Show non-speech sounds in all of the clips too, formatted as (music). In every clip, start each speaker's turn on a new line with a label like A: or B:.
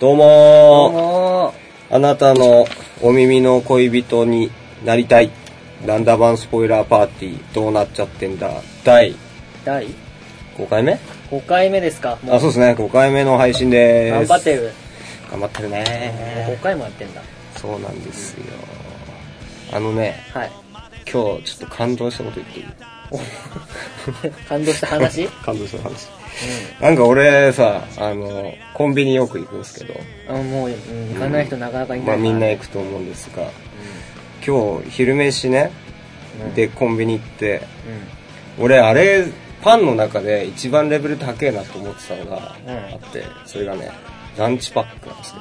A: どうもー
B: どうも
A: あなたのお耳の恋人になりたい。ランダバンスポイラーパーティー、どうなっちゃってんだ。第
B: 第
A: 5回目
B: 5回目ですか。も
A: あ、そうですね。5回目の配信で
B: 頑
A: す。
B: 張って。る。
A: 頑張ってる
B: 5
A: ね。
B: 回もやってんだ。
A: そうなんですよ。あのね、
B: はい。
A: 今日ちょっと感動したこと言っていい
B: 感動した話うん。
A: 感動した話。なんか俺さ、あの、コンビニよく行くんですけど、
B: あもう、うん行かない人なかなかいな
A: ま
B: いから。
A: あみんな
B: うん
A: 行くと思うんですが、今日昼飯ね、
B: うん
A: でコンビニ行って、
B: う
A: 俺あれパンの中で一番レベル高えなと思ってたのがあって、それがねランチパックなんです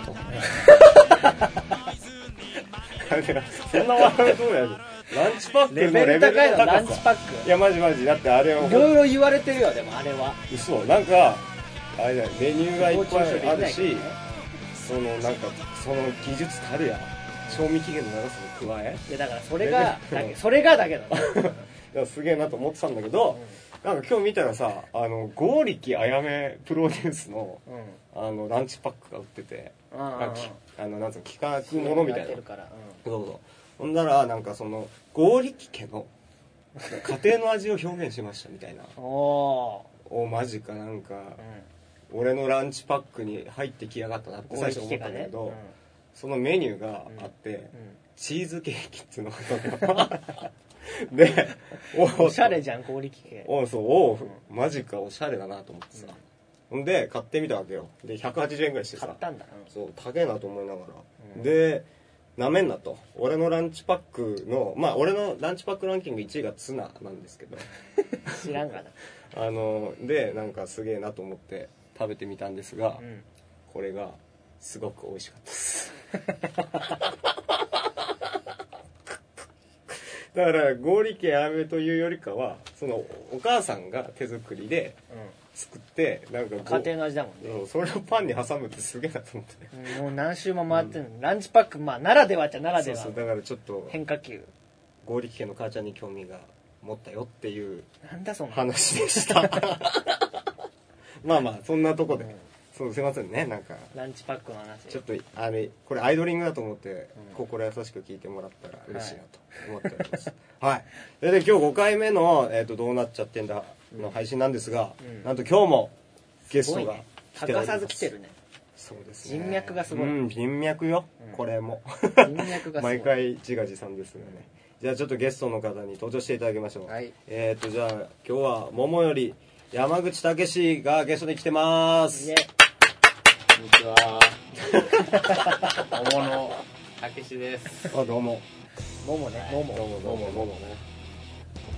A: けどそんな笑うとやランチパッ
B: ん。レベル高いのランチパッ
A: いやマジマジだってあれ
B: ク。
A: を
B: いろいろ言われてるよ、でもあれは。
A: 嘘なんかあれだよメニューがいっぱいある
B: 傍聴で
A: し
B: きないからね
A: そのなんかその技術たるや賞味期限の長さに加え
B: いや、だからそれが、
A: レベル
B: だけそれがだ
A: (laughs)
B: けど。
A: いやすげえなと思ってたんだけど、なんか今日見たらさあの剛力あやめプロデュースの
B: うん。うん
A: あのランチパックが売っててあきあのなんつうの
B: う
A: 企
B: ん
A: 画ものみたい
B: や
A: な
B: って
A: そう
B: るから。
A: そうほんならなんかその剛力家の家庭の味を表現しましたみたいな (laughs)
B: うん。お
A: おマジかなんか
B: ー。うん。
A: 俺のランチパックに入ってきやがったなって
B: 合
A: 最
B: 理
A: 初思
B: 的
A: った
B: が
A: んだ
B: ね
A: けど、そのメニューがあって、
B: うんうん
A: チーズケーキっつうのが (laughs) でお
B: おしゃれじゃん、合力系。
A: おそうおマジかおしゃれだなと思ってさ、ほんで買ってみたわけよで180円ぐらいして
B: 買
A: さ
B: ったんだ。うん
A: そう高えなと思いながら、
B: うん
A: でなめんなと俺のランチパックのまあ俺のランチパックランキング1位がツナなんです
B: (laughs)
A: けど
B: 知ら
A: (laughs)
B: んがな。
A: あのでなんかすげえなと思って食べてみたんですが、
B: うん。
A: これがすごく美味しかったです
B: (laughs)
A: だから合力やめというよりかはそのお母さんが手作りで作ってなんか
B: 家庭
A: の
B: の味だもんね。
A: それをパンに挟むってすげえなと思って
B: うんもう何周も回ってるの、ランチパック、まあ、ならではっちゃなら
A: そ
B: で
A: う
B: は。
A: そうだからちょっと
B: 変化球。
A: 合力家の母ちゃんに興味が持ったよっていう
B: なんだそんな。
A: 話でした
B: (laughs)
A: まあまあそんなとこで、
B: うん
A: そうすいませんねなんか
B: ランチパックの話。
A: ちょっとあれこれアイドリングだと思って、
B: うん
A: 心優しく聞いてもらったら嬉しいなと思っております。 (laughs) はい。それで今日5回目の、えっ、と、どうなっちゃってんだの配信なんですが、
B: うん
A: なんと今日もゲス
B: すご
A: ト
B: い
A: が
B: ね。
A: 来てお
B: 欠
A: ります
B: かさず来てるね。
A: そうですね。
B: 人脈がすごい
A: うん、人脈よ。
B: うん
A: これも。
B: 人脈がすごい。
A: 毎回自画自賛ですよね。じゃあちょっとゲストの方に登場していただきましょう。
B: はい
A: えっ、と、じゃあ今日は桃より山口武史がゲストに来てます。
B: ね。
C: こんに (laughs) ちは。桃のたけしです。
A: あ、どうも。
B: ももね、もも。
A: どうもどうもどうもね。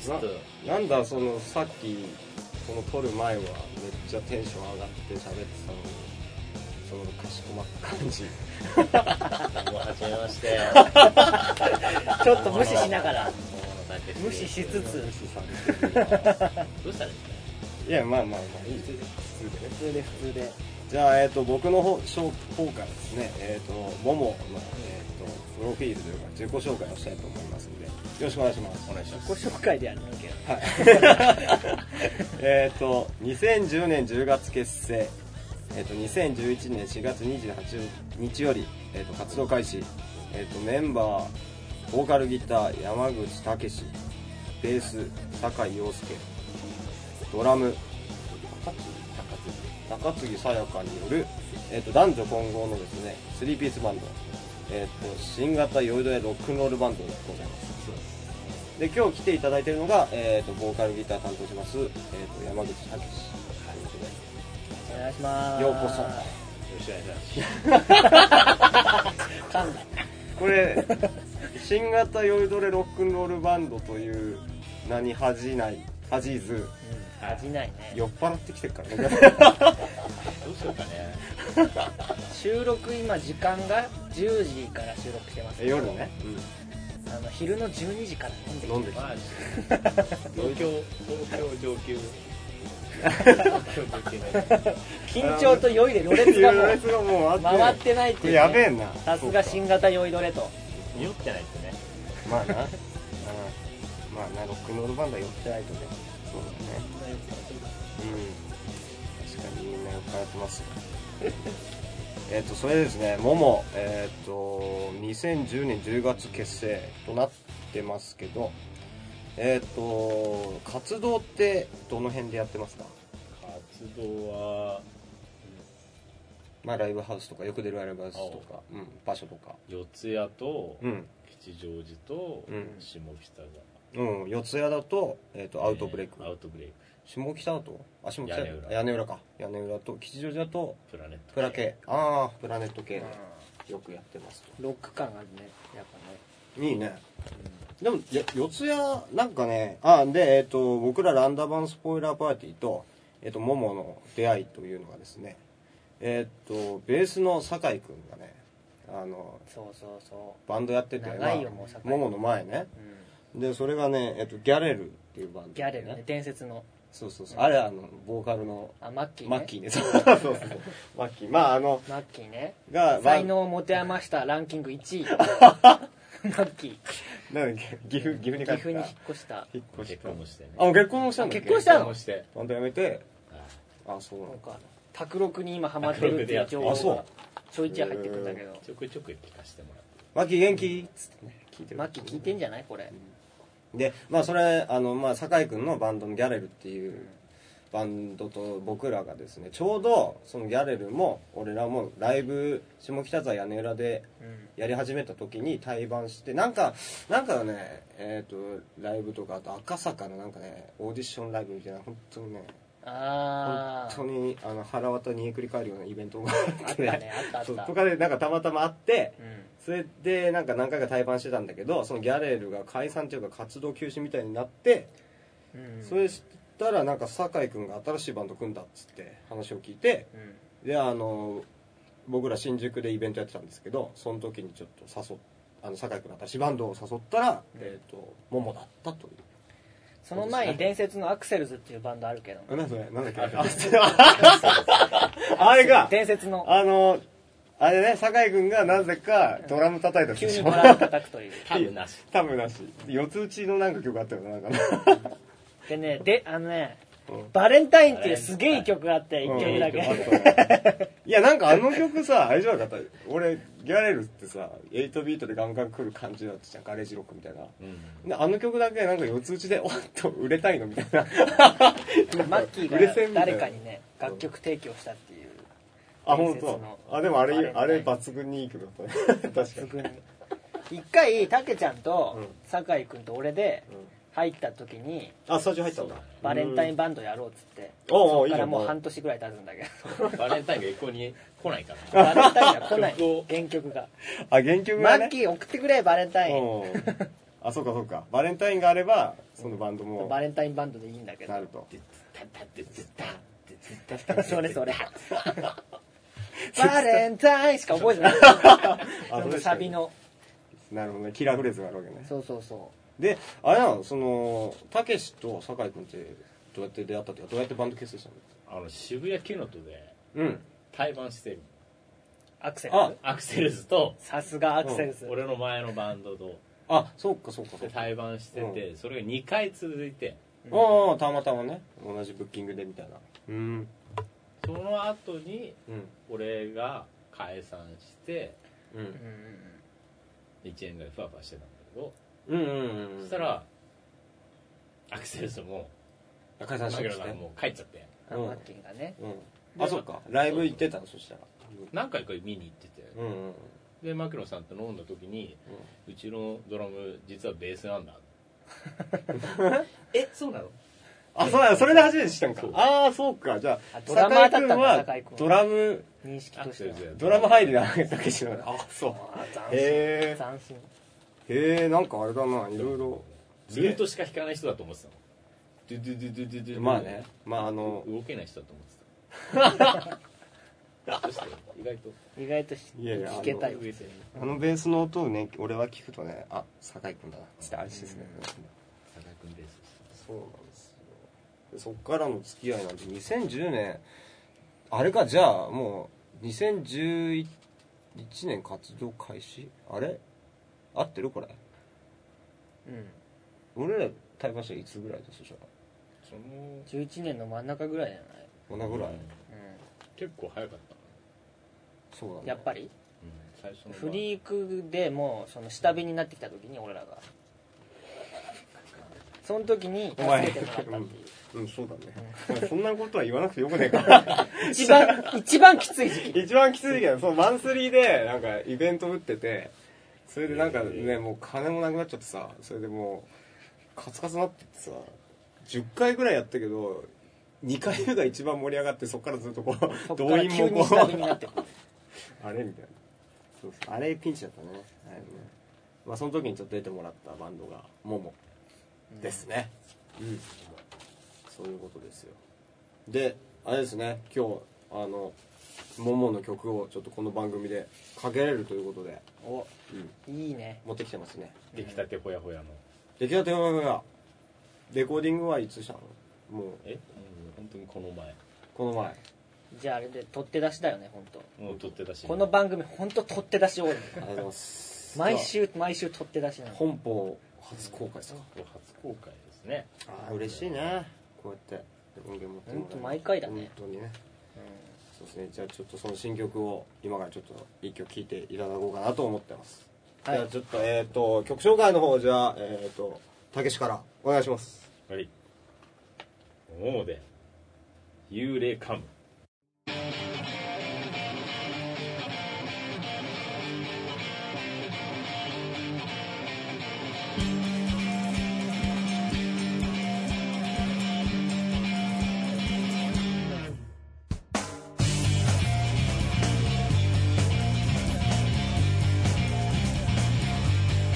C: ちょっと
A: なんだそのさっきこの撮る前はめっちゃテンション上がって喋ってたのにそのかしこまった感じ
C: どうもはじめまして。
B: ちょっと無視しながら。
C: 桃のたけしです
B: 無視しつつ、
C: どうしたらいいですかね。
A: いやまあまあまあいいです普通でね
B: 普通で普通で。
A: じゃあ、えっと僕の方しょ方からですねえっ、とももの、えっとプロフィールというか自己紹介をしたいと思いますんでよろしくお願いしますお願いしま
B: ご紹介でやるんだけど。
A: (laughs) えっと2010年10月結成えっと2011年4月28日より、えっと活動開始、えっとメンバーボーカルギター山口武史ベース酒井陽介ドラム中継さやかによる、えっと男女混合のですね3ピースバンド、えっと新型ヨイドやロックンロールバンドでございますで今日来ていただいているのが、えっとボーカルギター担当します、えっと山口武史ということで
B: お願いします。
A: ようこそ
C: よろしくお願いします。
B: 噛んだ。
A: これ
B: (laughs)
A: 新型酔いどれロックンロールバンドという名に恥じない恥じず
B: うん。味ないね。
A: 酔っ払ってきてるから
B: (laughs)
A: ね
C: どうしようかね。
B: 収録今時間が10時から収録してますけど。
A: 夜ね、
B: あの、昼の12時から飲んで
A: 飲ん
B: (laughs)
A: でき
C: ま
A: た
C: あ、東京、東京上
B: (laughs)
C: 級。東京上級ね
B: 緊張と酔いでろれつがも
A: 行
B: う
A: 列がもうあって
B: 回ってないって
A: こ
B: い
A: れ
B: う、
A: (laughs)
B: ね、
A: やべえな
B: さすが
A: そう
B: 新型酔いどれと
C: 酔ってないですね。
A: かまあな、うんまあなロックンロールバンドは酔ってないとねそうだねうん確かにみんな酔っ払ってますよ (laughs) えっとそれでですねももえっと2010年10月結成となってますけどえっと活動ってどの辺でやってますか
C: 活動は
A: まあライブハウスとかよく出るライブハウスとか、うん、場所とか
C: 四谷と
A: うん
C: 吉祥寺と
A: うん
C: 下北が
A: うん、四谷だと,、えっとアウトブレイク、
C: アウトブレイク
A: 下北だとあ下北
C: 屋根裏
A: 屋根裏か屋根裏と吉祥寺だと
C: プラネット
A: プラ系ああプラネット
B: う
A: 系
B: ん
A: よくやってますと
B: ロック感あるねやっ
A: いいね
B: ぱね、
A: でもよ四谷なんかねあでえっ、と僕らランダバンスポイラーパーティーとえっ、とモモの出会いというのがですねえっ、とベースの酒井君がねあの
B: うん、そうそうそ
A: バンドやってて
B: 長いよ
A: まあ
B: もう酒井
A: モモの前ね
B: う、う
A: でそれがねえっ、とギャレルっていうバンド、
B: ん、ギャレルね伝説の
A: そうそうそうあれあのボーカルの
B: あマッキーね
A: マッキーねそうそうそうマッキーまああの
B: マッキーね
A: が
B: 才能を持て余したランキング1位 (laughs) マッキ
A: なんだっけ岐阜岐阜
B: ー岐
A: に帰った
B: 阜に引っ越した
A: 引っ越し
C: 結
A: た
C: 婚もしてね
A: あもう結婚もしたんだっけ
B: 結婚した
C: 結
B: の
C: 婚して
A: バンドやめ
C: は
A: て
C: い
A: あそうな
B: なん
A: の
B: か卓六に今ハマってるっていう情
A: あ
B: 報
A: そ
B: がちょいちょい入ってくるんだけど、
C: ちょくちょく聞かせてもらって
A: マッキー元気っつってね聞いてる
B: マッキー聞いてんじゃないこれ、
A: でまあそれあのまあ酒井君のバンドのギャレルっていうバンドと僕らがですねちょうどそのギャレルも俺らもライブ下北沢屋根裏で
B: うん
A: やり始めた時に対バンしてなんかなんかねえっ、とライブとかあと赤坂のなんかねオーディションライブみたいな本当にね本
B: ああ
A: 当にあの腹渡にえくり返るようなイベントがあ
B: あ
A: っ
B: ってた
A: ね
B: ねあったあっ
A: そう
B: た
A: とかでなんかたまたまあって
B: うん
A: それでなんか何回か対バンしてたんだけどそのギャレルが解散というか活動休止みたいになって、
B: うん
A: それしたらなんか酒井君が新しいバンド組んだっつって話を聞いて
B: うん
A: であの僕ら新宿でイベントやってたんですけどその時にちょっと誘っあの酒井君の新しいバンドを誘ったら、
B: うん
A: えっ、とモモだったという
B: その前に伝説のアクセルズっていうバンドあるけど
A: あなんだそれなんだっけあそうああれが
B: 伝説の
A: あのあれね酒井君がなぜかドラム叩いた
B: 急
A: でし
B: に
A: ょ
B: バラを叩くという
C: 多分なし
A: 多分なし四つ打ちのなんか曲あったよななんかね
B: (laughs) でねであのね
A: うん
B: バレンタインっていうすげえ曲があって
A: うん
B: 1曲だけ、
A: (laughs) いやなんかあの曲さあれじゃなかった俺ギャレルってさ8ビートでガンガン来る感じだったじゃんガレージロックみたいなであの曲だけなんか四つ打ちでおっと売れたいのみたいな
B: マッキー
A: 売れ線
B: が
A: みたいな
B: 誰かにね楽曲提供したっていう
A: あ本
B: 伝説
A: 当
B: の
A: あでもあれ
B: バレンタイン
A: あれ抜群にいい曲だった
B: (laughs)
A: ね確か
B: す
A: に、
B: ぐに一回たけちゃん
A: う
B: と
A: ん
B: 酒井君と俺で
A: うん
B: 入った時に
A: あスタジオ入ったんだ
B: バレンタイ
A: ン
B: ンバンドやろうっつって
A: おうおうい
B: だ
A: いじ
B: か
A: ゃ
B: ら
A: ん
B: もう半年ぐらい経つんだけど
C: バレンタインが一向に来ないから
B: バレンタインが来ない
C: 曲を
B: 原曲が
A: あ原曲
B: マ
A: が
B: ッ
A: ね
B: キー送ってくれバレンタイン
A: うんあそうかそうかバレンタインがあればそのバンドも
B: バレンタインバンドでいいんだけど
A: なると
B: そ
A: (laughs)
B: れそれバレンタインしか覚えてない
A: あ
B: そのサビの
A: なるほどねキラーフレーズがあるわけね
B: そうそうそ
A: であれなのそのたけしと酒井君ってどうやって出会ったっていうかどうやってバンド結成したの
C: あの渋谷キュノトで
A: うん
C: 対バンしてる
B: うアクセル
A: あ
C: アクセルズと
B: さすがアクセルズ
C: 俺の前のバンドと
A: あそうかそうかそうか
C: 対バンしててそれが2回続いて
A: ああたまたまね同じブッキングでみたいなうん
C: その後に
A: うん
C: 俺が解散して
A: う
B: うん
A: ん
B: うん
C: 1年ぐらいふわふわしてたんだけど
A: うんうんうん
C: そしたらアクセルズも
A: 解散し
C: マ
A: て
C: グ
A: き
C: ロ
A: て
C: がもう帰っちゃって
B: うん
A: うん
B: マッキーがね
A: うんあそうかライブ行ってたのそしたら
C: 何回か見に行ってて
A: うんうん
C: で牧野さんと飲んだ時にうちのドラム実はベースなんだえそうなの
A: あそうだそれで初めて知ったんか
C: そう
A: ああそうかじゃあ
B: あドラマーだったんだ
A: 酒井君は
B: 酒井君は
A: ドラム
B: 認識としては
A: ドラム入りなわけだけしながらあそう
B: あー
A: へ
B: 斬
A: ー
B: 新斬新
A: へえんかあれだないろいろ
C: ルートしか弾かない人だと思ってたのドゥドゥドゥドゥドゥドゥ
A: まあねまああの
C: 動けない人だと思ってたどうして意外と
B: 意外とし
A: いやいや
B: 聞けたい
C: 上手に
A: あのベースの音をね俺は聞くとねあ酒井君だなつって安心するね
C: 佐賀君ベース
A: そうなんですよでそっからの付き合いなんて2010年あれかじゃあもう2011年活動開始あれ合ってるこれ
B: うん
A: 俺ら対話したらいつぐらいですか
C: その
B: 11年の真ん中ぐらいじゃない
A: そんなぐらい
B: うん
C: 結構早かった
A: そうだね
B: やっぱり
C: 最初の
B: フリークでもうその下火になってきた時に俺らがその時に助けてもらったっていう
A: うんそうだね、 (laughs) そんなことは言わなくてよくねえか
B: 一番一番きつい時期
A: (laughs) 一番きついけどそのマンスリーでなんかイベント打っててそれでなんかね、
C: え
A: もう金もなくなっちゃってさそれでもうカツカツになってってさ10回ぐらいやったけど2回目が一番盛り上がってそっからずっとこ
B: そうっか
A: 動
B: ら
A: 員
B: 急
A: も
B: に
A: こ
B: 下火に
A: う
B: なってくる
A: あれみたいなそうそうあれピンチだったねあれねまあその時にちょっと出てもらったバンドがモモですねうんそういうことですよであれですね今日あのモモの曲をちょっとこの番組でかけれるということで、
B: お
A: うん、
B: いいね
A: 持ってきてますね
C: 出来たてほやほやの
A: 出来たてほやほやレコーディングはいつしたのもう
C: えもう本当にこの前
A: この前
B: じゃああれで取って出しだよね本当。
C: もう撮ってたし
B: この番組本当取って出し多いの
A: ありがとうござい (laughs) ます
B: 毎週毎週取って出しなの
A: 本邦初公開ですか
C: 初公開ですね
A: ああ嬉しいねこうやって音源持ってもらえる
B: ほんと毎回だね
A: 本当にねそうですねじゃあちょっとその新曲を今からちょっと一曲聴いていただこうかなと思ってます、
B: はい
A: じゃあちょっとえっ、と曲紹介の方じゃあえっ、とたけしからお願いします
C: はいももで幽霊カム
D: 「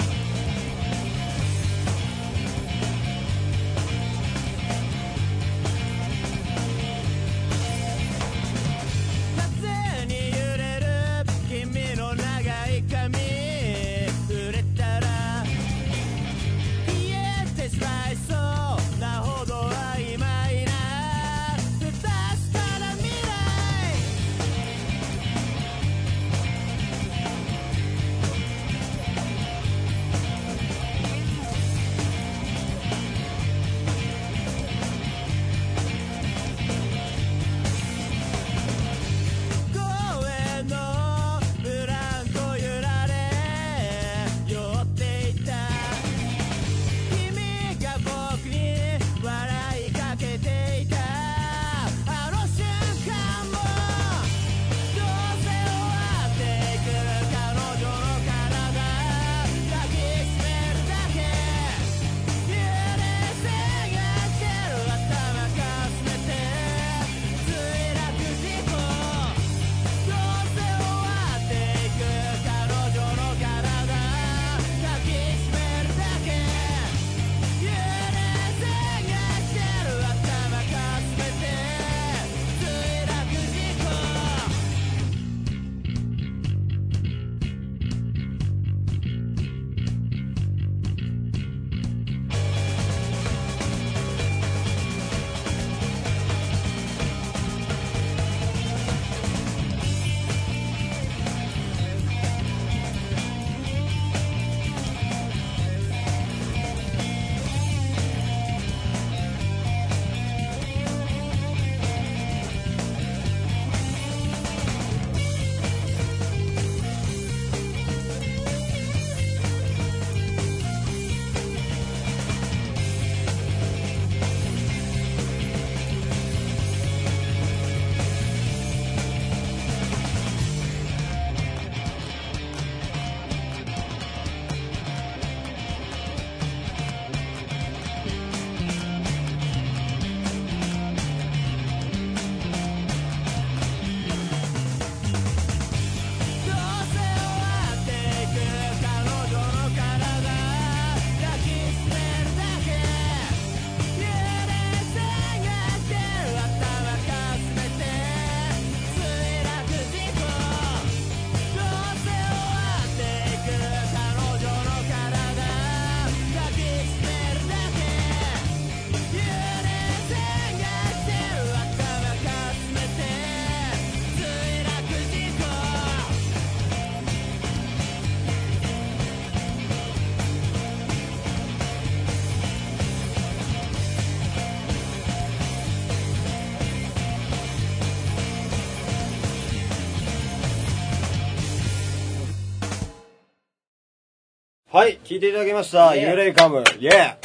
A: はい、聞いていただきました。
B: イエーイ
A: 幽霊カム。イェ
B: いいね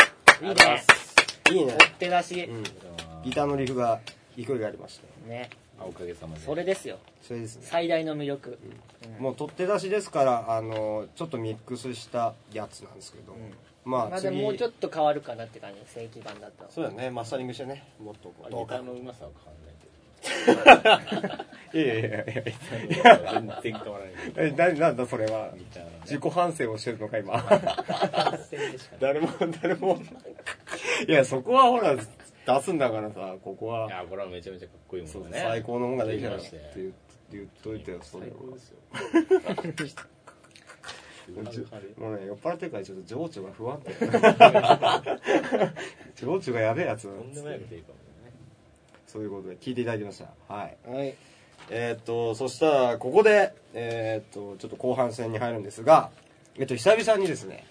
A: ーいいね。
B: 追って出し
A: う、ん。
C: あ
A: ギターのリフが、勢いがありました。
B: ね
C: おかげさまで
B: それですよ
A: それですね。
B: 最大の魅力、うん
A: もう取って出しですから、あの、ちょっとミックスしたやつなんですけど、ま
B: ま
A: あ
B: あ
A: 次、
B: でももうちょっと変わるかなって感じ正規版だと
A: そうだね、マスタリングしてね、もっとこ
C: まあ
A: う。
C: ギターのうまさは変
A: いやいやいやいや
C: わらないけど (laughs) 全然変わらないけど
A: え、な、なんだそれは。
C: ギターのね
A: 自己反省をしてるのか、今。
B: 完成でしか
A: 誰も、誰も。いや、そこはほら、出すんだからさ、ここ
C: (laughs) い
A: は、
C: やこれはめちゃめちゃかっこいいもん
A: そう
C: だね
A: 最高のもんができた
C: た
A: から
C: ら
A: って言っ言っといてよ、それ
C: 最
A: は。
C: 高ですよ
A: もうね、酔っ払ってるからちょっと情緒が
C: (laughs)
A: 不安定。情緒がやべえやつ
C: と。んでもないこと言うかもね
A: そういうことで聞いていただきました。はい。
B: なはい
A: えーっと、そしたら、ここで、えーっと、ちょっと後半戦に入るんですが、えっと、久々にですね、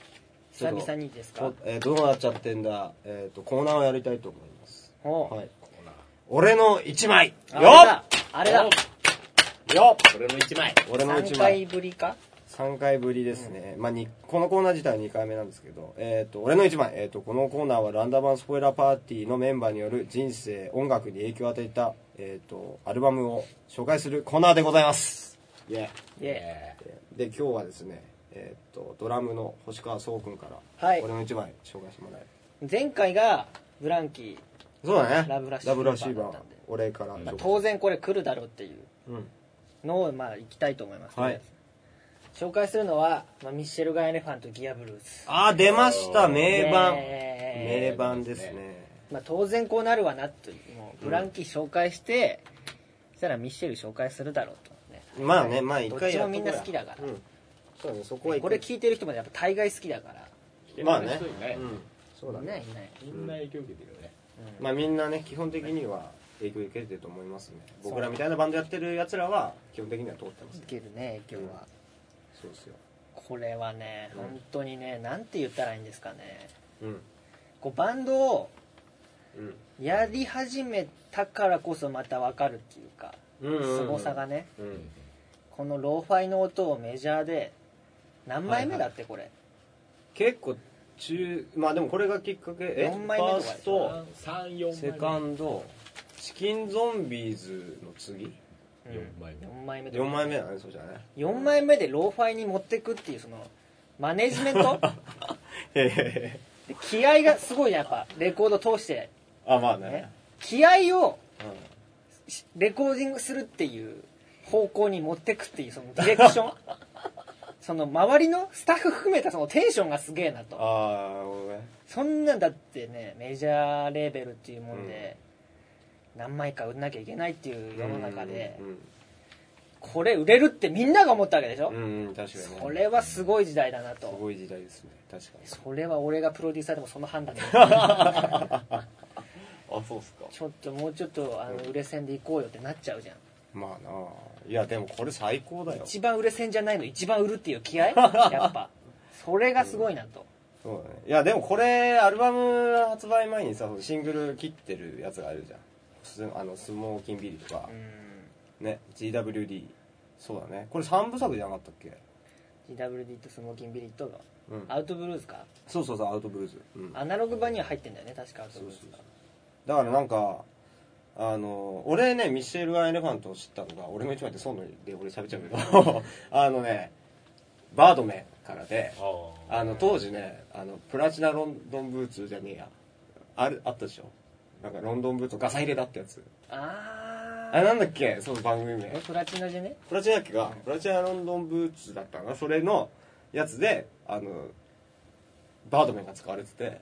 A: ちょ
B: 久
A: っと
B: 々にですか
A: こえーどうなっちゃってんだ、えーっと、コーナーをやりたいと思います。
B: おう
A: はい。
C: ここな
A: 俺の一枚
B: あ
A: よ
B: れだあれだ
C: よ
A: っよっ
C: 俺の一枚
A: 俺の一
B: 3
A: 枚
B: 回ぶりか
A: 3回ぶりですね、まあ、にこのコーナー自体は2回目なんですけど、えー、と俺の1枚、えー、とこのコーナーはランダムンスポイラーパーティーのメンバーによる人生音楽に影響を与えた、えー、とアルバムを紹介するコーナーでございますイエ
B: イエ
A: イで今日はですね、えー、とドラムの星川壮君から、
B: はい
A: 俺の1枚紹介してもらえる
B: ーイ前回がブランキ
A: そうだね
B: ラブラシーバーだったんで
A: 俺から、
B: ー、まあ、当然これ来るだろうっていう
A: うん
B: のをまあ行きたいと思います、
A: はい
B: 紹介するのは、まあ、ミッシェルガン・エレファント・ギア・ブルース
A: あー出ました名盤
B: イエーイ
A: 名盤ですね
B: まあ、当然こうなるわなというもうブランキー紹介して、そしたらミッシェル紹介するだろうと、ね、
A: まあねまあ一回やっとこうや
B: どっちもみんな好きだから
A: うんそうだねそこは一
B: こ
A: 回
B: れ聞いてる人もやっぱ大概好きだから
A: まあね
C: 人いない
A: うんそうだ
B: いない
A: ね
B: いない、
C: みんな影響受けてるよね
A: まあみんなね基本的には影響受けてると思いますね僕らみたいなバンドやってるやつらは基本的には通ってます
B: 受けるね影響は、
A: そうですよ
B: これはね
A: うん
B: 本当にねなんて言ったらいいんですかね
A: うん
B: こうバンドを
A: うん
B: やり始めたからこそまた分かるっていうか
A: うんうんうん
B: 凄さがね
A: うん
B: このローファイの音をメジャーで何枚目だってこれ、
A: 結構中まあでもこれがきっかけえ
B: 四枚目とか
A: ファースト
C: 三四枚
A: セカンドチキンゾンビーズの次
B: うん
C: 四枚目
B: 4枚目
A: 4枚目だねそうじゃない
B: 4枚目でローファイに持ってくっていうそのマネジメン
A: (laughs)
B: ト
A: へへ
B: (laughs)
A: へ
B: で気合がすごいねやっぱレコード通して
A: あまあ
B: ね
A: ね
B: 気合を
A: うん
B: しレコーディングするっていう方向に持ってくっていうそのディレク
A: (laughs)
B: ションその周りのスタッフ含めたそのテンションがすげえなと
A: ああごめん
B: そんなんだってねメジャーレーベルっていうもんで、何枚か売んなきゃいけないっていう世の中で、
A: うん
B: これ売れるってみんなが思ったわけでしょ、
A: うんうん確かにね
B: これはすごい時代だな
A: す
B: と
A: ごい時代ですね確かに
B: それは俺がプロデューサーでもその判
A: (laughs)
B: 断で
A: あそうっすか
B: ちょっともうちょっとあの売れ線で行こうよってなっちゃうじゃん
A: まあなあいやでもこれ最高だよ
B: 一番売れ線じゃないの一番売るっていう
A: (laughs)
B: 気合やっぱそれがすごいなと、
A: そうだねいやでもこれアルバム発売前にさシングル切ってるやつがあるじゃんすあのスモーキンビリとか
B: う、
A: ね GWD そうだねこれ3部作じゃなかったっけ
B: ん GWD とスモーキンビリットの
A: うん
B: アウトブルーズか
A: そうそうそうアウトブルーズ、うん、
B: アナログ版には入ってんだよね確かアウトブルーズが
A: だからなんかあの俺ねミシェル・アイ・エレファントを知ったのが俺の一枚ってそうので俺喋っちゃうけど (laughs) あのねバードメンからで
C: ああ
A: あの当時ねあのプラチナロンドンブーツじゃねえやあるあったでしょなんかロンドンブーツをガサ入れだってやつ
B: あ
A: あ
B: ー
A: れなんだっけその番組名
B: えプラチナじゃね
A: プラチナだっけがプラチナロンドンブーツだったかなそれのやつであのバードメンが使われてて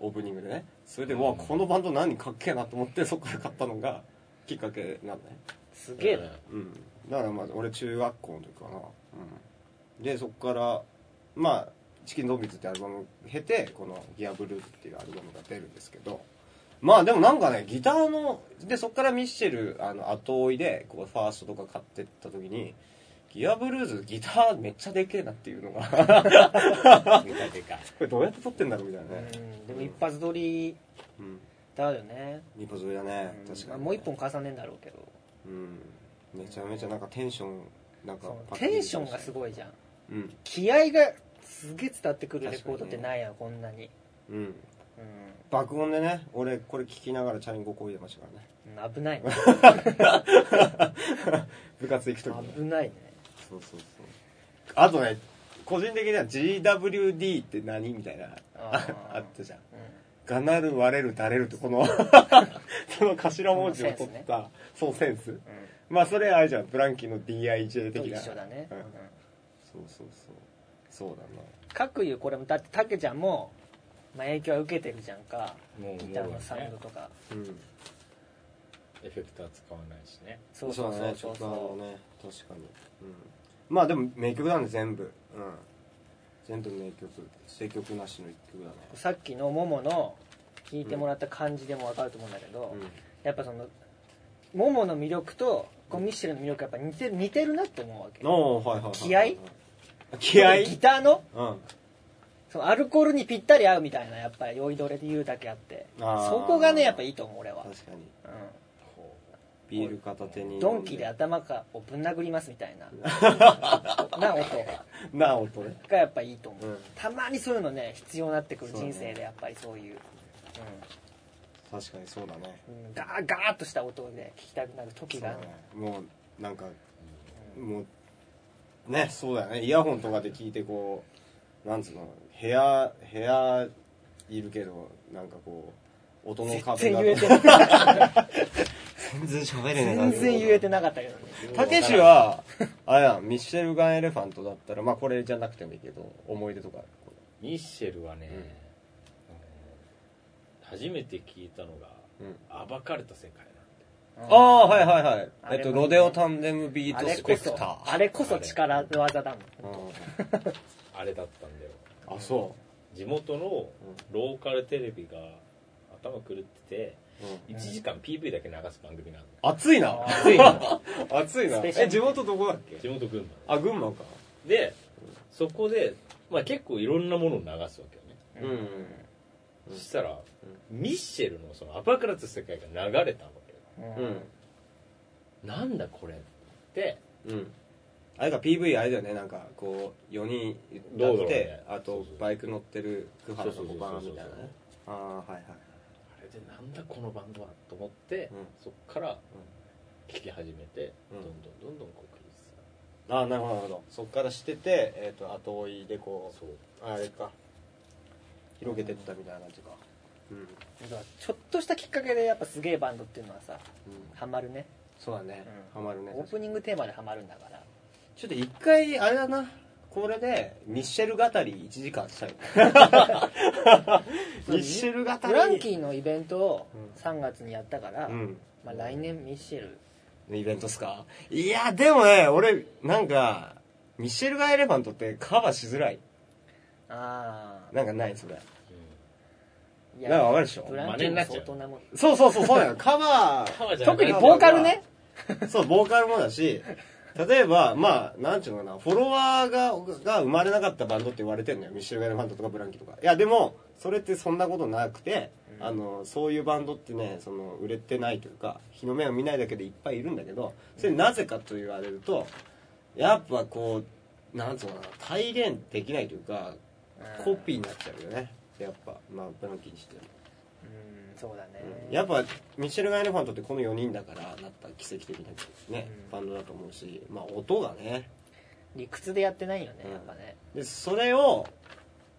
A: オープニングでねそれで、うわこのバンド何かっけえなと思ってそこから買ったのがきっかけなんだね
B: すげえな、
A: うん、だからまあ俺中学校の時かな、うん、でそこからまあ「チキンドンビーズ」ってアルバムを経てこの「ギアブルーズ」っていうアルバムが出るんですけどまあでもなんかねギターのでそこからミッシェルあの後追いでこうファーストとか買ってった時に「ギアブルーズギターめっちゃでけえな」っていうのが (laughs)
C: でかいでかい
A: これどうやって撮ってんだろうみたいなね
B: うん、でも一発撮り
A: うん
B: だよね、
A: 二歩沿いだね
B: うん
A: 確かに、
B: まあもう一本重ねんだろうけど
A: うんめちゃめちゃなんかテンションなんか
B: そのテンションがす
A: い
B: ごいじゃん
A: うん
B: 気合がすげえ伝わってくるレコードってないやんこんなに、
A: うん
B: う
A: 爆音でね俺これ聞きながらチャリンコこいでましたからね
B: ん、危 (laughs) ないね
A: 部活行く時に
B: 危ないね
A: そうそうそうあとね個人的には GWD って何みたいな
B: あー
A: あったじゃん
B: う
A: がなる割れるだれるってこのその頭文字を取ったそうセンス
B: んうん
A: まあそれあれじゃんブランキーの DIJ
B: と
A: 的
B: 一
A: な
B: 緒だね、
A: うん
B: うん
A: そうそうそうそうだな
B: 各有これもだってたけちゃんも、まあ、影響は受けてるじゃんか
C: もう
B: ギターのサウンドとか
A: うん
C: エフェクター使わないしね
B: そうそう
A: だ
B: そ
A: ね
B: うそう
A: ちょっとあ
B: そ
A: のね確かに、うん、まあでも名曲なんで全部うん全部名曲捨て曲なしの一曲だね
B: うさっきのももの聞いてもらった感じでも分かると思うんだけど、やっぱそのももの魅力とこうミッシェルの魅力やっぱ似て似てるなって思うわけ
A: うんおーはいはいはい
B: 気合い
A: 気合
B: ギ
A: い
B: ターの
A: うんあ
B: そのアルコールにぴったり合うみたいなやっぱり酔いどれで言うだけあって
A: ー
B: そこがねやっぱいいと思う俺は、
A: 確かに
B: う
C: ほ
A: ビール片手に
B: ん、ドンキで頭かをぶん殴りますみ
A: (laughs)
B: たいなな音
A: なあ音ね
B: がやっぱいいと思う、
A: うん
B: たまにそういうのね必要になってくる
A: そうね
B: 人生でやっぱりそういう
A: 確かにそうだね
B: うん、うん、ガーガーっとした音で聞きたくなる時がある
A: そうだねもうなんかもうねそうだよねイヤホンとかで聞いてこうなんつうの部屋部屋いるけどなんかこう音の
B: 全
A: 壁
B: 然
A: が
B: 言えてなかった
A: 全然喋れ
B: 全然言えてなかったけどね
A: たけしはあれやんミッシェル・ガン・エレファントだったらまあこれじゃなくてもいいけど思い出とかあるこ
C: うミッシェルはね、
A: う
C: あ
A: ん
C: の初めて聞いたのが
A: れうん
C: 「暴かれた世界」なんて
B: う
A: あ
B: ん
A: あはいはいはい
B: あ
A: え
B: れ
A: っ
B: も
A: とロデオタンデムビー
B: あ
A: ト
B: れ
A: ス
B: こ
A: ペクタ
B: そ
A: ー
B: あれこそ力技だもん
A: うん
C: あれだったんだよ
A: あそ
C: 地元のローカルテレビが頭狂って
A: う、うん
C: て1時間 PV だけ流す番組なんだ
A: 暑いな
B: あー
A: (laughs) 暑いな
B: スペシャル
A: え地元どこだっけ
C: よ地元群馬
A: あ群馬か
C: でそこで、まあ、結構いろんなものを流すわけよね、
A: うん、うん
C: そしたら、ミッシェルのその「アバクラツ世界」が流れたわけよ
B: うん
A: うん
C: なんだこれって
A: うんあれか PV あれだよねなんかこう4人だ
C: 道
A: っ
C: 路
A: て、
C: をね
A: あとバイク乗ってる久原の子バーンみ
C: そうそうそうそ
A: たいな
C: う
A: ねああはいはい
C: あれでなんだこのバンドはと思って、
A: うん
C: そっから聴き始めて、
A: うん
C: どんどんどんどんこうクリス
A: ああなるほどなるほどそっからしてて、えー、と後追いでこ
C: そう
A: うあれか広げてったみたいな感じかうん、うん、
B: ちょっとしたきっかけでやっぱすげえバンドっていうのはさハマるね
A: そうだね、
B: う
A: ハ
B: ん
A: マるね
B: オープニングテーマでハマるんだから
A: ちょっと一回あれだなこれでミッシェル語り1時間したい
B: (laughs)
A: ミッシェル語り
B: ブランキーのイベントを
A: うん
B: 3月にやったから、
A: うん
B: まあ、来年ミッシェル
A: イベントっすかいやでもね俺なんかミッシェル・ガエレファントってカバーしづらい
B: あ
A: なんかないそれ
B: あい
A: なんかわかるでしょ
B: ブランキーも相当なもん
A: そうそうそうそうだよカバ
C: タワーじゃなく
B: 特
C: て
B: にボーカルね
A: ー (laughs) そうボーカルもだし例えばまあなんちゅうのかなフォロワーがが生まれなかったバンドって言われてんのよミッシェル・ガエレファントとかブランキーとかいやでもそれってそんなことなくて、あのそういうバンドってねその売れてないというか日の目を見ないだけでいっぱいいるんだけどそれなぜかと言われるとやっぱこうなんつうのかな体現できないというかコピーになっちゃうよねやっぱまあブランキーにしても、
B: うんうんそうだね、
A: やっぱミッシェル・ガイレファントってこの4人だからなった奇跡的なね、
B: うん
A: バンドだと思うしまあ音がね
B: 理屈でやってないよね
A: うん
B: やっぱね、
A: でそれを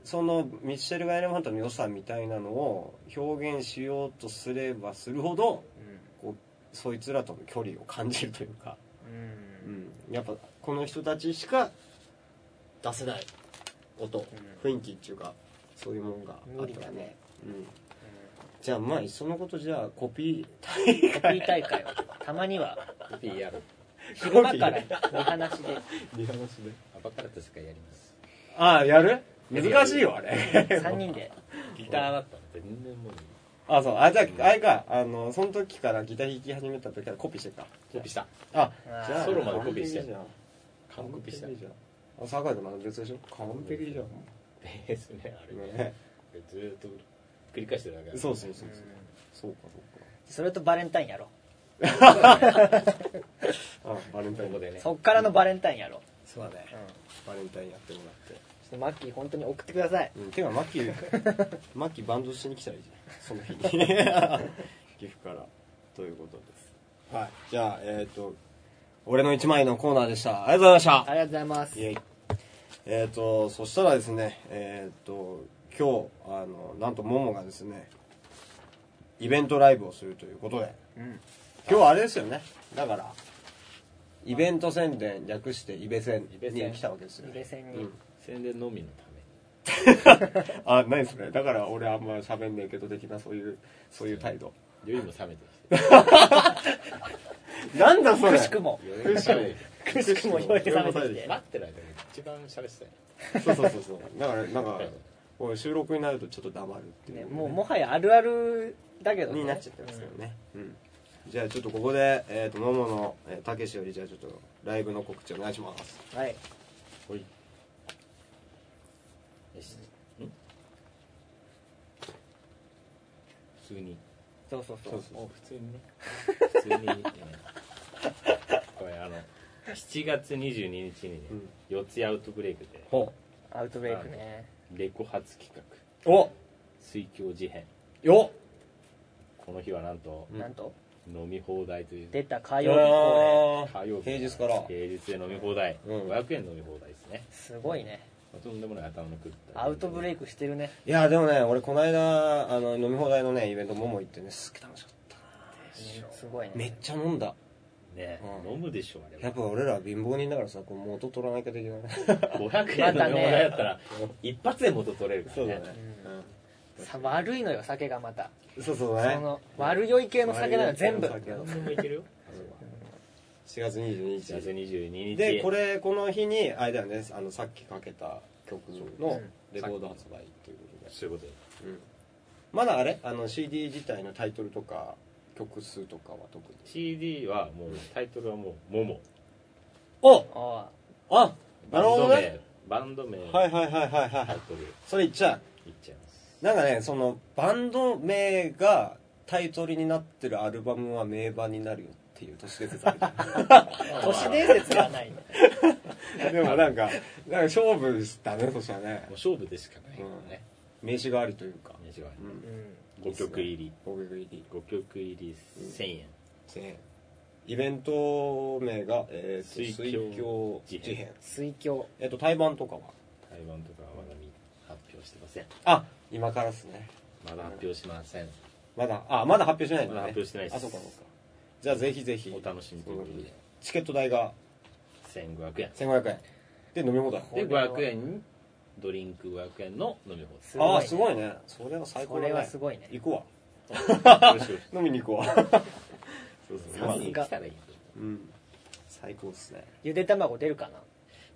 A: そのミッシェル・ガイレファントの良さみたいなのを表現しようとすればするほどこうそいつらとの距離を感じるというか、
B: うん
A: う
B: うん
A: ん、やっぱこの人たちしか出せない音、雰囲気っていうかそういうもんがあ
B: 無
A: っ
B: 理
A: たら
B: だね
A: ね、うん、じゃあまあいっそのことじゃあコピ
B: (laughs) コピー大会をたまには
C: コピーやる
B: 昼間からお話で
A: ー見話で
C: 暴かれた世界やります
A: ああやる難しいよあれ
B: 3人で
C: ギターだったら全然もう
A: (laughs) あそうあじゃああれかあのその時からギター弾き始めた時からコピーしてた
C: コピーした
A: あ
B: あー
A: じゃあ
C: ソロまでコピーして
A: 完璧じゃん
C: 完コピした
A: 完璧じゃんあ酒井とまた別でしょ完璧じゃん
C: ベースねあれね
A: ね
C: ずーっと繰り返してるだけだ
A: そうそうそうそううんそうかそ
B: それとバレンタインやろ
A: うかあバレンタイン
C: ここでね
B: そっからのバレンタインやろ
A: そうだね
B: う
A: バ
B: ん
A: レンタインやってもらって
C: そ
B: マッキー本当に送ってください
A: うん、てかマキ (laughs) マキバンドしに来たらいいじゃんその日に (laughs) 岐阜からということですはいじゃあえっ、と俺の一枚のコーナーでしたありがとうございまし
B: ありがとうございます
A: たイエイえっ、とそしたらですねえっ、と今日あのなんとモモがですねイベントライブをするということで
B: うん
A: 今日はあれですよねだからイベント宣伝略してイベ宣
C: イベ
A: に
C: 宣
A: 来たわけですよ
B: イベセン
A: う
B: に
A: ん
C: 宣伝のみのた
A: あないですねだから俺あんま喋んねえけど的なそういうそういう
B: (laughs)
A: 態度
C: めによりも冷めてき
A: なんだ (laughs) それ
B: くしくも
C: て
A: くしくも
B: くしくも言われて冷めてきて
C: 待ってる間に一番喋ってたよ
A: そうそうそうそうだからなんかこう収録になるとちょっと黙るっていう、
B: ねもうもはやあるあるだけどね
A: になっちゃってますけどね、うんじゃあちょっとここで、えー、ともものえーたけしよりじゃあちょっとライブの告知お願いします
B: うんはい
C: ほいよしん普通に
B: そうそうそう
C: もう普通にね普通に、ね、 (laughs) これあの7月22日にね、
A: うん
C: 四つアウトブレイクで
A: ほ
B: アウトブレイクね
C: レコ発企画
A: お
C: 「水郷事変
A: よ」
C: この日はなんと
A: うん
B: なんと
C: 飲み放題という
B: 出た火
A: っ
B: 曜日恒
C: 火
B: 例
C: 曜日
A: 平日から
C: 平日で飲み放題、
A: うん
C: 500円飲み放題ですね
B: すごいね
C: とんでもない頭のくった
B: アウトブレイ
C: ク
B: クしてるね
A: いやでもね俺この間あの飲み放題のねイベントもも行ってねすっげえ楽しかった
B: うんすごい
A: めっ
B: ね
A: ちゃ飲んだ
C: ね、
A: うん
C: 飲むでしょあれ
A: やっぱ俺らは貧乏人だからさこう元取らなきゃでき
B: (laughs)
A: ない
C: 500円飲み放題だったら一発で元取れるからね
B: さ悪いのよ酒がまた
A: うんそうそうだね
B: その悪酔い系の酒なら全部
A: 悪酔い系の
C: 何でもいけるよ
A: 4月22日
C: 7月22日
A: でこれこの日にあれだよねあのさっきかけた曲のレコード発売ということで、
C: そういうことで
A: うんまだあれあの CD 自体のタイトルとか曲数とかは特に
C: CD はもうタイトルはもう「モモ
A: お
B: あ
A: あ
C: バ
A: な
C: ン
A: るほ
C: ド
A: どね
C: 名バンド名
A: はいはいはいはいはいは
C: タイ
A: い
C: トル
A: それいっちゃ
C: いっちゃいます
A: うなんかねそのバンド名がタイトルになってるアルバムは名盤になるよっていう都市伝説あるじゃん
B: あ都市伝説は (laughs) ないね
A: (laughs) でもなんか、なんか勝負だね、そしたらね
C: もう。勝負でしかないからね
A: 名刺代わりというか。
C: ね違う
A: うん。
C: 5曲入り
A: 攻撃入り。
C: 5曲入り1000円
A: でイベント名が、えー、と
C: 水
A: 水
C: 郷
A: 郷
C: 事変
A: 事変。
B: 水郷
A: えっ、と、対バンとかは
C: 台湾とかはまだみ発表してません
A: あ、今からですね。
C: まだ発表しません
A: まだ、あ、まだ発表してないんだ、ね。
C: まだ発表してないです
A: あ、そうかそうか。じゃあぜひぜひ。
C: お楽しみということで
A: チケット代が
C: 1500円
A: 1500円。で、飲み放題。
C: で500円にドリンク500円の飲み放
B: す
A: あ
B: ご
A: あ、
B: い
A: す
B: ね
A: ごいね。それは最
B: こ
A: 高だね。
B: れはすごいね
A: 行くわ。
C: 題よろしく
A: 飲みに行くわ。
C: そうそう
B: さすが
C: 飲みに来たらいい
A: うん。最高っすね。
B: ゆで卵出るかな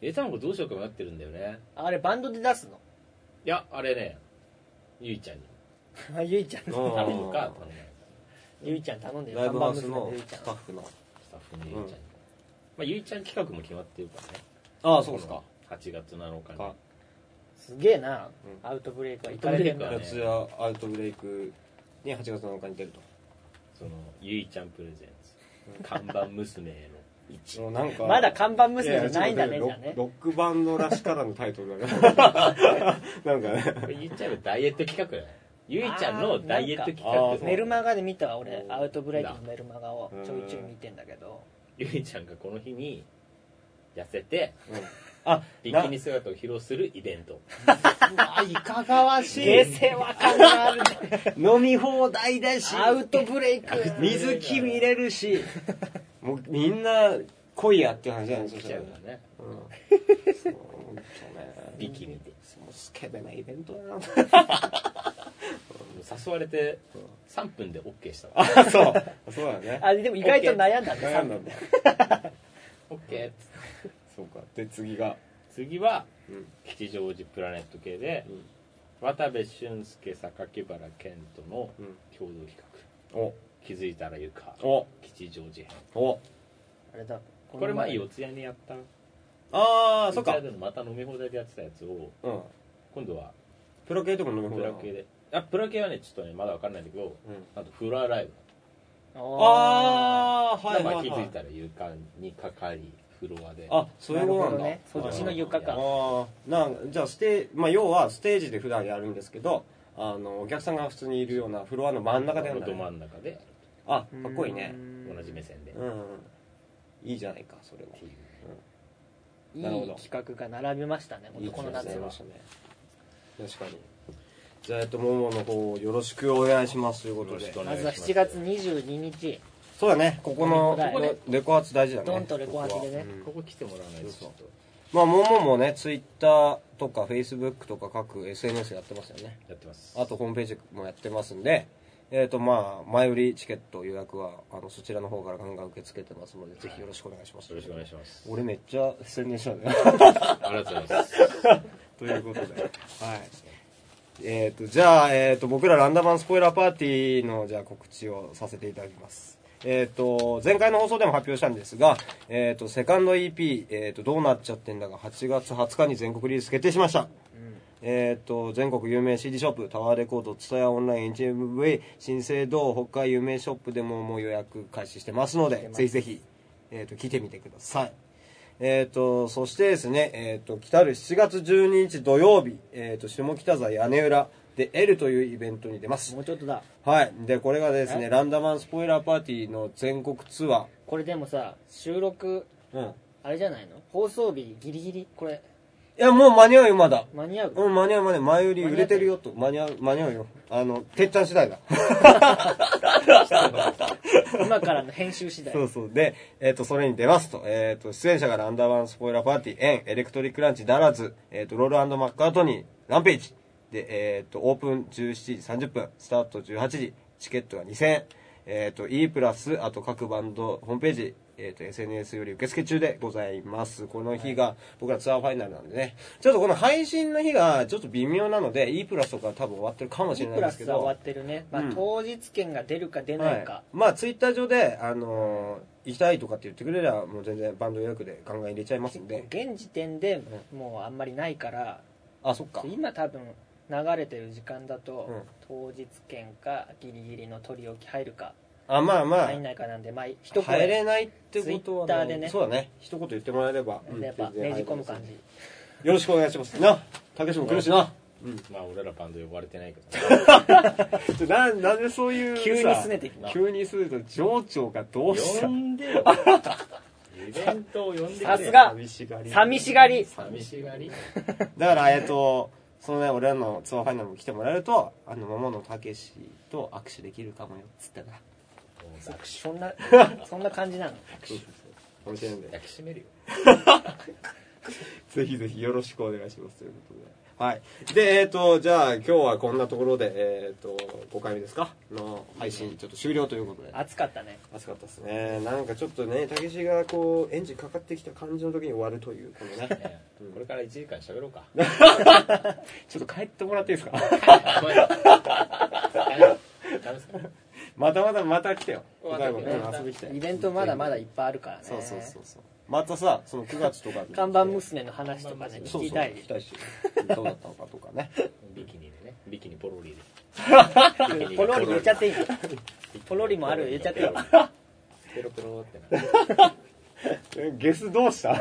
C: えたのどうしようか迷ってるんだよね
B: あれバンドで出すの (laughs)
C: いやあれねゆいちゃんに
B: あゆいちゃん
A: うん
C: 頼むか頼むか
B: ゆいちゃん頼んで
A: ライ
B: 看
A: ブ
B: 板
A: ハウス
B: 娘の
A: の
B: ゆいちゃん
A: スタッフの。
C: スタッフのゆいちゃんに、まあ、ゆいちゃん企画も決まってるからね
A: ああ、そうですか。
C: 8月7日に
A: か
B: すげえな
A: う
B: アウトブレイクは行かれてんだ
C: アウトブレイクはね
A: 四ツ谷ア
B: ね
A: ウトブレイクに8月7日に出る
C: そのゆいちゃんプレゼンツ看板娘への
A: と
C: 1
A: もうなんか
B: まだ看板娘じゃないんだね
A: や
B: じ
A: ちょ
B: ゃあ
A: っと
B: ね
A: ロロックバンドらしからぬタイトルだねなんかね
C: これ言っちゃえばダイエット企画だねゆいちゃんのダイエット企画
A: あーなんか
B: メルマガで見たわ俺
A: うん
B: アウトブレイクのメルマガをちょいちょい見てんだけど
C: ゆいちゃんがこの日に痩せて
A: あ
C: ビキニ姿を披露するイベント
A: あいかがわし
B: 下世話感があるね
A: 飲み放題だし
B: アウトブレイク
A: 水着見れるしもうみんな来いやっていう話なんです
C: 来
A: よ
C: ちゃうからね (laughs)
A: うんそう本当ね
C: ビキニで
A: もうスケベなイベントだな
C: 誘われて3分で OK したわ
A: あそうそうだよね
B: あでも意外と悩んだね
A: 悩んだんだ
C: OK
A: そうかで次が
C: 次は
A: うん
C: 吉祥寺プラネット系で
A: うん
C: 渡部俊介榊原健との
A: うん
C: 共同企画
A: お
C: 「気づいたら床
A: お
C: 吉祥寺編
A: お
B: あれだ」
C: これ前四谷にやった
A: ああそ
C: 四
A: っか
C: 谷でもまた飲み放題でやってたやつを
A: うん
C: 今度は
A: プロ系とか飲み放
C: プ
A: 題
C: ラ系であプラ系はねちょっとねまだ分かんないんだけど
A: うん
C: あとフロアライブ
B: あ
A: ああはい
C: まあ
A: はい
C: 気
A: は
C: づい
A: い
C: たら床にかかりフロアで
A: あそういうことなんだ、
B: なるほどねそっちの床か
A: ああなんじゃあステーまあ要はステージで普段やるんですけどあのお客さんが普通にいるようなフロアの真ん中でやるんだ
C: ど
A: ね、
C: 真ん中で
A: あかっこいいね
B: うん
C: 同じ目線で、
A: うん、いいじゃないかそれも
C: っていう
B: いい
A: なるほど
B: 企画が並びましたね
A: いい
B: この
A: 企画
B: 夏
A: になり
B: は
A: ましたね確かにじゃあえっとももの方よろしくお願いしますということ
C: よろし
A: で
C: くお願
B: ま
C: い
B: ず
C: しま
B: は
C: す
B: 7月22日
A: そうだねここの
B: ここで
A: レコ発大事だね
B: ドンとレコ発でね
A: うん
C: ここ来てもらわないとちょっと
A: まあもももねツイッターとかフェイスブックとか各 SNS やってますよね
C: やってます
A: あとホームページもやってますんで、えっ、とまあ、前売りチケット予約は、あの、そちらの方からガンガン受け付けてますので、ぜひよろしくお願いします。
C: よろしくお願いします
A: 俺めっちゃ宣伝したね。
C: ありがとうございます
B: (laughs)
A: ということで、はい。えっ、と、じゃあ、えっ、と、僕らランダマンスポイラーパーティーの、じゃあ告知をさせていただきます。えっ、と、前回の放送でも発表したんですが、えっ、と、セカンド EP、えっ、と、どうなっちゃってんだが、8月20日に全国リリース決定しました。えー、と全国有名 CD ショップタワーレコード蔦屋オンライン HMV 新生堂北海有名ショップでももう予約開始してますのでぜひぜひ、えー、と聞いてみてくださいえー、とそしてですね、えー、と来たる7月12日土曜日、えー、と下北沢屋根裏で L というイベントに出ます
B: もうちょっとだ
A: はいでこれがですね
B: え
A: ランダマンスポイラーパーティーの全国ツア
B: これでもさ収録
A: ーうんい
B: あれじゃないの放送日ギリギリこれ
A: やもう間に合うよまだ
B: 間に合う、
A: (laughs) うん、間に合う間に合う。前売り売れてるよと。間に合う、間に合うよ。あの、てっちゃん次第だ。
B: 今からの編集次第
A: そうそう。で、えっ、と、それに出ますと。えっ、と、出演者がランダーワンスポイラーパーティー、エン、エレクトリックランチならず、えっ、と、ロールマッカートニー、ランページ。で、えっ、と、オープン17時30分、スタート18時、チケットが2000円。えっ、と、E プラス、あと各バンド、ホームページ、えっ、と、SNS より受付中でございます。この日が、僕らツアーファイナルなんでね。ちょっとこの配信の日が、ちょっと微妙なので、E プラスとかは多分終わってるかもし
B: E
A: れない
B: プ
A: んで
B: ラ
A: す
B: ス
A: け
B: は
A: ど。
B: 終わってるね、まあ
A: うん
B: 当日券が出るか出ないか、
A: はい、まあツイッター上で、あのー行きたいとかって言ってくれればもう全然バンド予約でガンガン入れちゃいますんで
B: 現時点でもうあんまりないから、
A: あそっか
B: 今多分流れてる時間だと、
A: うん
B: 当日券かギリギリの取り置き入るか
A: あまあまあ
B: 入んないかなんでまあ一
A: 入れ
B: 声
A: ないってことはね
B: Twitter でね
A: そうだね一言言ってもらえれば、うん
B: やっぱねじ込む感じ
A: よろしくお願いしますな竹下も来るしな
C: まあ俺らバンド呼ばれてないけど、
A: ちょななんでそういう
B: 急に拗ねていくな
A: 急にすると情緒がどうした
C: 呼んでよイベントを呼んでくれ
B: さすが
A: 寂しがり
B: 寂しがり
C: 寂しがり
A: だからえっとそのね俺らのツアーファイナルも来てもらえるとあの桃野武史と握手できるかもよっつったから
B: そんな
A: (laughs)
B: そんな感じなの
A: かもしれないんで
C: 抱きしめるよ
A: ぜひぜひよろしくお願いしますということで。はい。で、えっ、と、じゃあ今日はこんなところで、えっ、と、5回目ですかの配信、ちょっと終了ということで。
B: 暑かったね
A: 暑かったですね。なんかちょっとね、たけしがこう、エンジンかかってきた感じの時に終わるという、このね。
C: ねこれから1時間喋ろ
B: (laughs)
C: うか
A: (laughs) ちょっと帰ってもらっていいですか (laughs)
C: ダメダメですか
A: またまた、また来てよ。
C: また来て
A: うん遊びに来て。
B: イベントまだまだいっぱいあるからね
A: そうそうそうそう。またさ、その9月とかに。
B: 看板娘の話とかね
A: そうそ
B: 聞
A: う
B: きたい
A: 聞きたいし。どうだったのかとか
B: (laughs)
A: ね。
C: ビキニでねビキニポロリで
B: (laughs) ポロリ言っちゃっていいのポロリもある言っち
A: (laughs)
B: ゃっていいの
C: ペロペロってな
A: えゲスどうしたい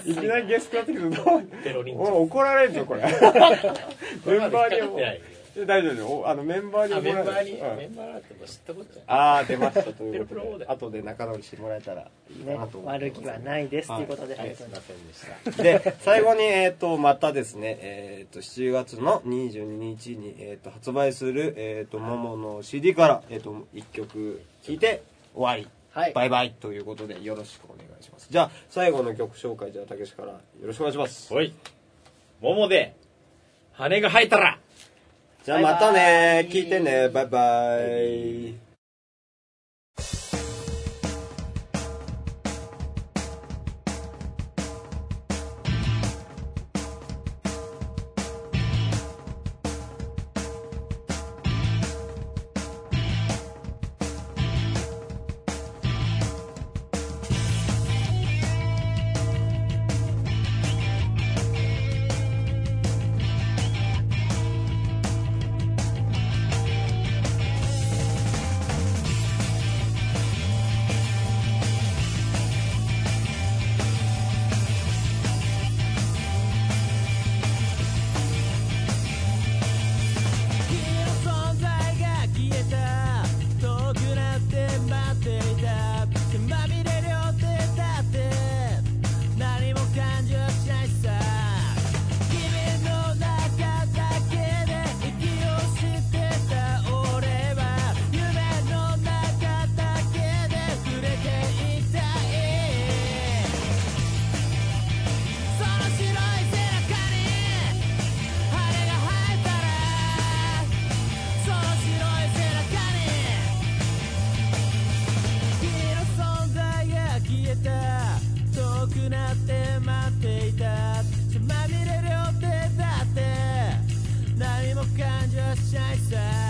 A: きなりゲス食らってきてどう
C: ペロリンチ
A: お怒られる
C: (laughs)
A: ぞこれメンバーにも
C: ない
A: え大丈夫ですよおあのメンバーに
C: あ
A: も
C: メンバーに、
A: うん
C: メンバーだってもう知ったことじゃん
A: ああ出
C: (laughs)
A: ましたという
C: ペロ
A: こ
C: ペロ
A: とで
C: で
A: 後で仲直りしてもらえたらいいか
B: ね
A: なと思います
B: 悪気はないですということで、
C: はいすい
B: 本
C: ませんでした
A: で最後に、えー、とまたですね、えー、と7月の22日に、えー、と発売する「えー、とモモの CD から、えー、と1曲聴いて終わり、
B: はい
A: バイバイということでよろしくお願いしますじゃあ最後の曲紹介じゃあたけしからよろしくお願いします
C: ほい桃で羽が生えたら
A: じゃあまたね聞いてねバイバイ
D: 「だって待っていたつまみれる予定だって何も感情しないさ